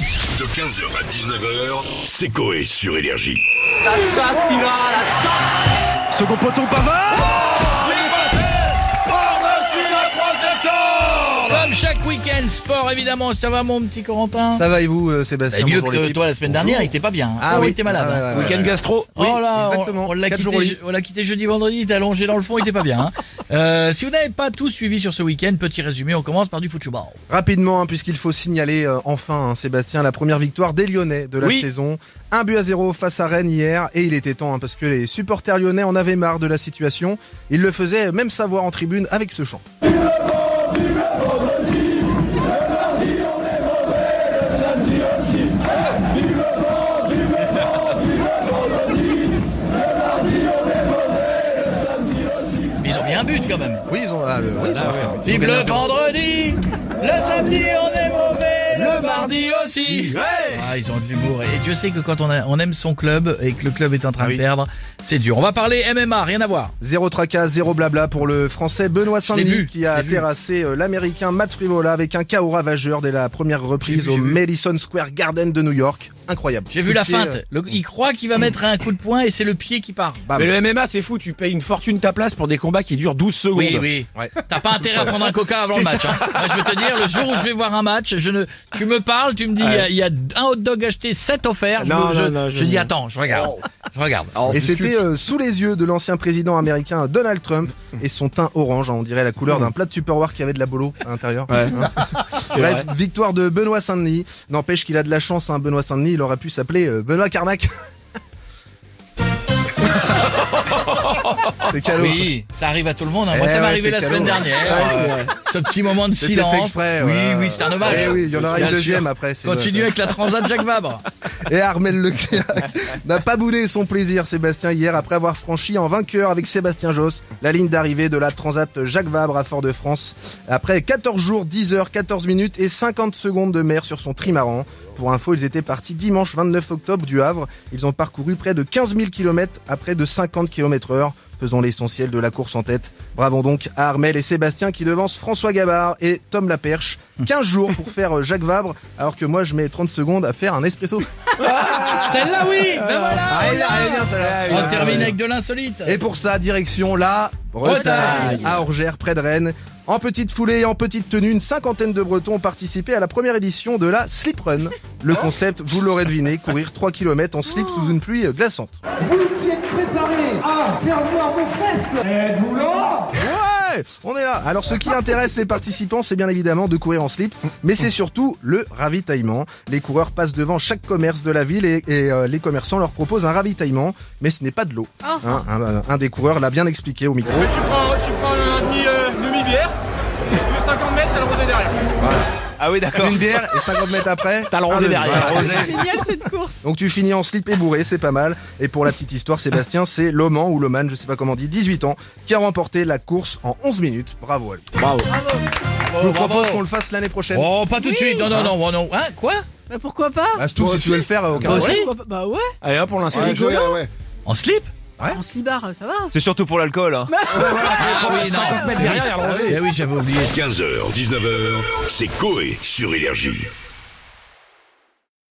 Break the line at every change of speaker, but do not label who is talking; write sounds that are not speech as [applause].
De 15h à 19h, c'est Coé sur Énergie.
La chatte qu'il a, la chatte
Second poteau Pavard
Comme chaque week-end, sport évidemment, ça va mon petit Corentin
Ça va et vous, euh, Sébastien
C'est mieux
Bonjour,
que
l'équipe.
toi la semaine dernière, il était pas bien.
Ah
Oh,
oui.
il était malade.
Ah, ouais, ouais, ouais.
Week-end gastro
Oui,
oh là, on-
exactement.
on l'a
Quatre
quitté,
jours au lit.
je- on l'a quitté jeudi, vendredi, il était allongé dans le fond, il était pas bien. [laughs] hein. Euh, si vous n'avez pas tout suivi sur ce week-end, petit résumé, on commence par du football.
Rapidement, hein, puisqu'il faut signaler euh, enfin, hein, Sébastien, la première victoire des Lyonnais de la
Oui.
saison. Un but à zéro face à Rennes hier, et il était temps, hein, parce que les supporters lyonnais en avaient marre de la situation. Ils le faisaient même savoir en tribune avec ce chant.
Mais ils ont mis un but quand même.
Oui, ils ont... ah, le, oui, ils ont marqué un but. Ils ont
Vive
gagné
le
un zéro.
vendredi, le samedi on est mauvais, le,
Le
mardi aussi.
Ouais.
Ah, ils ont de l'humour. Et Dieu sait que quand on, a- on aime son club et que le club est en train
Ah
de
oui.
perdre, c'est dur. On va parler MMA, rien à voir.
Zéro tracas, zéro blabla pour le français Benoît
vu,
Saint-Denis
je
qui a
l'ai vu.
terrassé euh, l'américain Matt Frivola avec un KO ravageur dès la première reprise
vu,
au
j'ai vu.
Madison Square Garden de New York. Incroyable.
J'ai vu la
Pied, euh,
feinte. Le- il croit qu'il va mettre un coup de poing et c'est le pied qui part.
bam.
Mais le MMA c'est fou, tu payes une fortune ta place pour des combats qui durent 12 secondes.
Oui, oui. bah. T'as pas intérêt à prendre un coca avant le match. hein. Moi, je vais te dire, le jour où je vais voir un match, je ne, tu me parles, tu me dis, il y a- il y, a un hot dog acheté, 7 offerts. Je-
Non,
je,
non, non,
je
je-
dis, attends, je regarde.
Oh.
Je regarde.
Et c'était euh, sous les yeux de l'ancien président américain Donald Trump
[laughs]
et son teint orange, hein, on dirait la
Mm.
couleur d'un plat de Tupperware qui avait de la bolo à l'intérieur.
Ouais.
[laughs]
Hein. Bref, victoire de Benoît Saint-Denis. N'empêche qu'il a de la chance, hein, Benoît Saint-Denis, il aurait pu s'appeler euh,
[laughs]
Benoît Carnac. C'est cadeau. ça.
Oui, ça arrive à tout le monde. hein. Moi,
Eh
ça m'est
ouais,
arrivé
c'est
la
cadeau.
semaine dernière.
Ouais, c'est
euh,
vrai.
ce petit moment de
C'était
silence.
fait exprès.
oui,
voilà.
oui, c'est un hommage.
Eh oui, il y en aura
Bien
une
sûr.
deuxième après. c'est-
Continue avec la transat Jacques Vabre.
Et Armel Leclerc [laughs] n'a pas boudé son plaisir, Sébastien, hier, après avoir franchi en vainqueur avec Sébastien Josse la ligne d'arrivée de la Transat Jacques Vabre à Fort-de-France. Après 14 jours, 10 heures, 14 minutes et 50 secondes de mer sur son trimaran. Pour info, ils étaient partis dimanche 29 octobre du Havre. Ils ont parcouru près de 15 000 km à près de 50 km heure. Faisant l'essentiel de la course en tête. Bravons donc à Armel et Sébastien qui devancent François Gabard et Tom Laperche. 15 jours pour faire euh, Jacques Vabre, alors que moi je mets 30 secondes à faire un espresso.
Celle-là, oui. Ben voilà.
Ah, elle est bien,
on l'a.
elle est bien, celle-là.
On
Ah, elle
termine
est
avec
bien.
de l'insolite.
Et pour ça, direction la Bretagne,
Bretagne.
à Orgères, près de Rennes. En petite foulée et en petite tenue, une cinquantaine de Bretons ont participé à la première édition de la Slip Run. Le concept, vous l'aurez deviné, courir 3 km en slip sous une pluie glaçante.
Vous qui êtes préparés à faire voir vos fesses, êtes-vous là
Ouais, on est là. Alors ce qui intéresse les participants, c'est bien évidemment de courir en slip, mais c'est surtout le ravitaillement. Les coureurs passent devant chaque commerce de la ville et, et, euh, les commerçants leur proposent un ravitaillement, mais ce n'est pas de l'eau. Hein, un- un des coureurs l'a bien expliqué au micro.
Tu prends, tu prends un demi, euh, demi-bière, le 50 mètres, t'as le rosé derrière.
Ah oui d'accord.
une bière et 50 mètres après,
T'as le rosé
un de-
derrière.
voilà, rosé.
Génial cette course.
Donc tu finis en slip et bourré, c'est pas mal. Et pour la petite histoire, Sébastien, c'est Loman ou Loman, je sais pas comment on dit, 18 ans, qui a remporté la course en 11 minutes. Bravo à lui. Je
bravo.
vous propose qu'on le fasse l'année prochaine.
Oh, pas tout de suite. Non, non, non, non. Hein, quoi
Bah pourquoi pas
Bah, Stou, si tu veux le faire, aucun
Toi
problème.
aussi
Pourquoi pas Bah ouais,
Allez hop pour l'instant.
En slip
on se libère, ça va.
C'est surtout pour l'alcool. Hein.
Ah oui, non.
50 mètres derrière, il y a le rosé.
Eh oui, j'avais oublié.
15h, 19h, c'est Coé sur Énergie.